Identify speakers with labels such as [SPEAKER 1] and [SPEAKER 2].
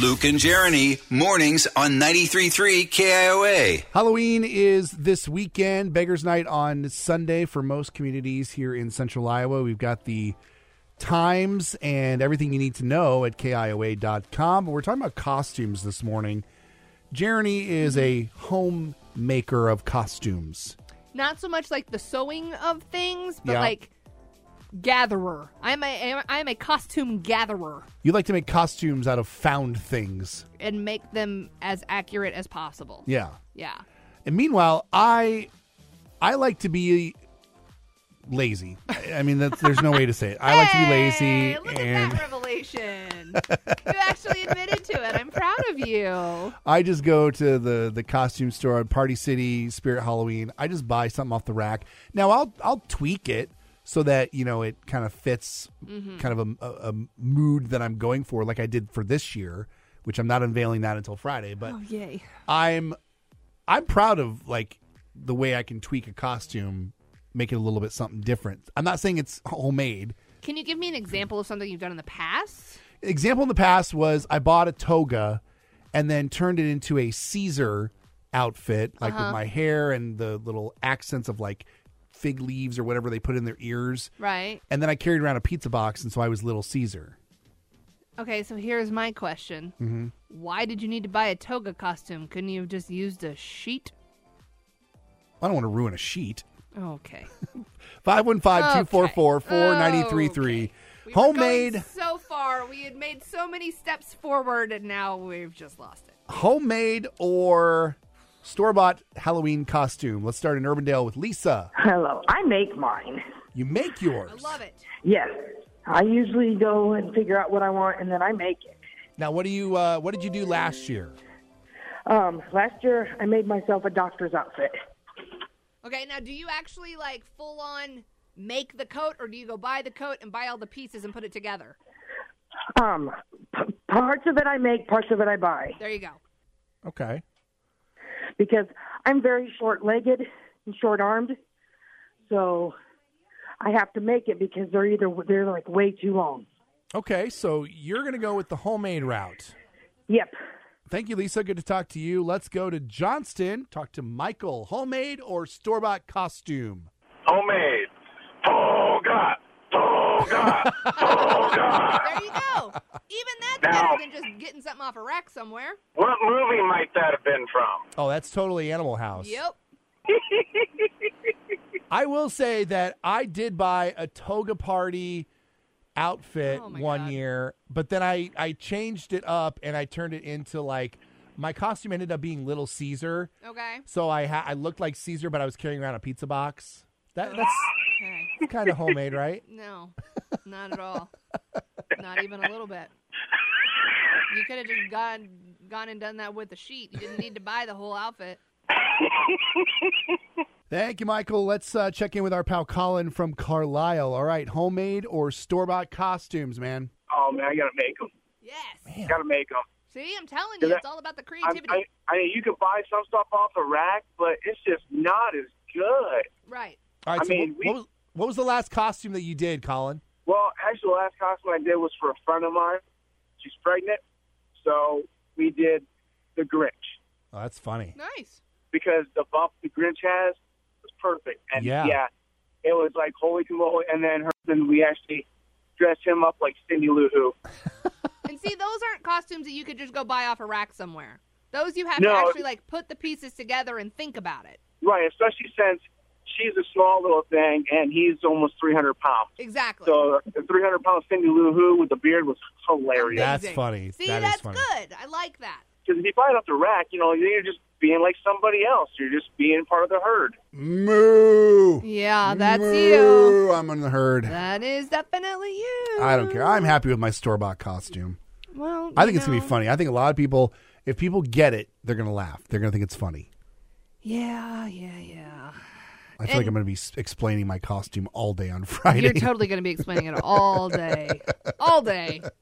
[SPEAKER 1] Luke and Jeremy, mornings on 93.3 KIOA.
[SPEAKER 2] Halloween is this weekend. Beggars Night on Sunday for most communities here in central Iowa. We've got the times and everything you need to know at KIOA.com. But we're talking about costumes this morning. Jeremy is a homemaker of costumes.
[SPEAKER 3] not so much like the sewing of things, but
[SPEAKER 2] Yeah.
[SPEAKER 3] like gatherer. I'm a I'm a costume gatherer
[SPEAKER 2] You like to make costumes out of found things.
[SPEAKER 3] and make them as accurate as possible.
[SPEAKER 2] Yeah.
[SPEAKER 3] Yeah.
[SPEAKER 2] And meanwhile, I I like to be lazy. I I mean, that's, there's no way to say it. I like to be
[SPEAKER 3] Hey,
[SPEAKER 2] lazy
[SPEAKER 3] look at
[SPEAKER 2] and
[SPEAKER 3] that revelation. you actually admitted to it. I'm proud of you.
[SPEAKER 2] I just go to the the costume store at Party City, Spirit Halloween. I just buy something off the rack. Now I'll I'll tweak it so that you know it kind of fits kind of a, a- a mood that I'm going for, like I did for this year, which I'm not unveiling that until Friday. But
[SPEAKER 3] yay.
[SPEAKER 2] I'm I'm proud of like the way I can tweak a costume, make it a little bit something different. I'm not saying it's homemade.
[SPEAKER 3] Can you give me an example of something you've done in the past?
[SPEAKER 2] example in the past was I bought a toga and then turned it into a Caesar outfit, like
[SPEAKER 3] Uh-huh.
[SPEAKER 2] with my hair and the little accents of like fig leaves or whatever they put in their ears.
[SPEAKER 3] Right.
[SPEAKER 2] And then I carried around a pizza box, and so I was Little Caesar.
[SPEAKER 3] Okay, so here's my question.
[SPEAKER 2] Mm-hmm.
[SPEAKER 3] Why did you need to buy a toga costume? Couldn't you have just used a sheet?
[SPEAKER 2] I don't want to ruin a sheet.
[SPEAKER 3] Okay.
[SPEAKER 2] 515 244 4933.
[SPEAKER 3] Okay. We were
[SPEAKER 2] Homemade
[SPEAKER 3] going so far, we had made so many steps forward, and now we've just lost it.
[SPEAKER 2] homemade or store bought Halloween costume. Let's start in Urbandale with Lisa.
[SPEAKER 4] Hello. I make mine.
[SPEAKER 2] You make yours.
[SPEAKER 3] I love it.
[SPEAKER 4] Yes. I usually go and figure out what I want and then I make it.
[SPEAKER 2] Now, what do you uh, what did you do last year?
[SPEAKER 4] Um, last year I made myself a doctor's outfit.
[SPEAKER 3] Okay, now do you actually like full on make the coat, or do you go buy the coat and buy all the pieces and put it together?
[SPEAKER 4] Um, p- parts of it I make, parts of it I buy
[SPEAKER 3] There you go.
[SPEAKER 2] Okay.
[SPEAKER 4] because I'm very short-legged and short-armed. So I have to make it because they're either they're like way too long.
[SPEAKER 2] Okay, so you're going to go with the homemade route.
[SPEAKER 4] Yep.
[SPEAKER 2] Thank you, Lisa. Good to talk to you. Let's go to Johnston. Talk to Michael. Homemade or store bought costume?
[SPEAKER 5] homemade. Toga, toga, toga.
[SPEAKER 3] There you go. Even that's
[SPEAKER 5] Now-
[SPEAKER 3] better than just getting something off a rack somewhere.
[SPEAKER 5] What movie might that have been from?
[SPEAKER 2] Oh, that's totally Animal House.
[SPEAKER 3] Yep.
[SPEAKER 2] I will say that I did buy a toga party outfit
[SPEAKER 3] Oh
[SPEAKER 2] one
[SPEAKER 3] my God.
[SPEAKER 2] year, but then I, I changed it up and I turned it into like my costume ended up being Little Caesar.
[SPEAKER 3] Okay.
[SPEAKER 2] So I ha- I looked like Caesar, but I was carrying around a pizza box. That, that's
[SPEAKER 3] Okay.
[SPEAKER 2] kind of homemade, right?
[SPEAKER 3] No, not at all. not even a little bit. You could have just gone gone and done that with the sheet. You didn't need to buy the whole outfit.
[SPEAKER 2] Thank you, Michael. Let's uh, check in with our pal Colin from Carlisle. All right, homemade or store bought costumes, man.
[SPEAKER 5] Oh man, I gotta make them.
[SPEAKER 3] Yes.
[SPEAKER 5] Gotta make them.
[SPEAKER 3] See, I'm telling you, it's all about the
[SPEAKER 5] I,
[SPEAKER 3] creativity.
[SPEAKER 5] I, I mean, you can buy some stuff off the rack, but it's just not as good.
[SPEAKER 3] right.
[SPEAKER 2] All right,
[SPEAKER 5] I
[SPEAKER 2] so
[SPEAKER 5] mean,
[SPEAKER 2] what,
[SPEAKER 5] we-
[SPEAKER 2] what was, what was the last costume that you did, Colin?
[SPEAKER 5] Well, actually, the last costume I did was for a friend of mine. She's pregnant, so we did the Grinch
[SPEAKER 2] Oh, that's funny.
[SPEAKER 3] Nice.
[SPEAKER 5] because the bump the Grinch has was perfect. And
[SPEAKER 2] Yeah.
[SPEAKER 5] it was like holy moly. And then her, then we actually dressed him up like Cindy Lou Who.
[SPEAKER 3] And see, those aren't costumes that you could just go buy off a rack somewhere. Those you have
[SPEAKER 5] No.
[SPEAKER 3] to actually like put the pieces together and think about it.
[SPEAKER 5] Right, especially since she's a small little thing and he's almost 300 pounds.
[SPEAKER 3] Exactly.
[SPEAKER 5] So the 300 pound Cindy Lou Who with the beard was hilarious.
[SPEAKER 2] That's funny.
[SPEAKER 3] see,
[SPEAKER 2] That is
[SPEAKER 3] that's
[SPEAKER 2] funny.
[SPEAKER 3] good. I like that.
[SPEAKER 5] Because if you buy it off the rack, you know, you're just being like somebody else. You're just being part of the herd.
[SPEAKER 2] Moo.
[SPEAKER 3] Yeah, that's you.
[SPEAKER 2] I'm in the herd.
[SPEAKER 3] That is definitely you.
[SPEAKER 2] I don't care. I'm happy with my store bought costume.
[SPEAKER 3] Well,
[SPEAKER 2] I
[SPEAKER 3] you
[SPEAKER 2] think it's gonna be
[SPEAKER 3] know.
[SPEAKER 2] funny. I think a lot of people, if people get it, they're gonna laugh. They're gonna think it's funny.
[SPEAKER 3] Yeah, yeah, yeah.
[SPEAKER 2] I feel like
[SPEAKER 3] And-
[SPEAKER 2] I'm gonna be s- explaining my costume all day on Friday.
[SPEAKER 3] You're totally going to be explaining it all day. All day.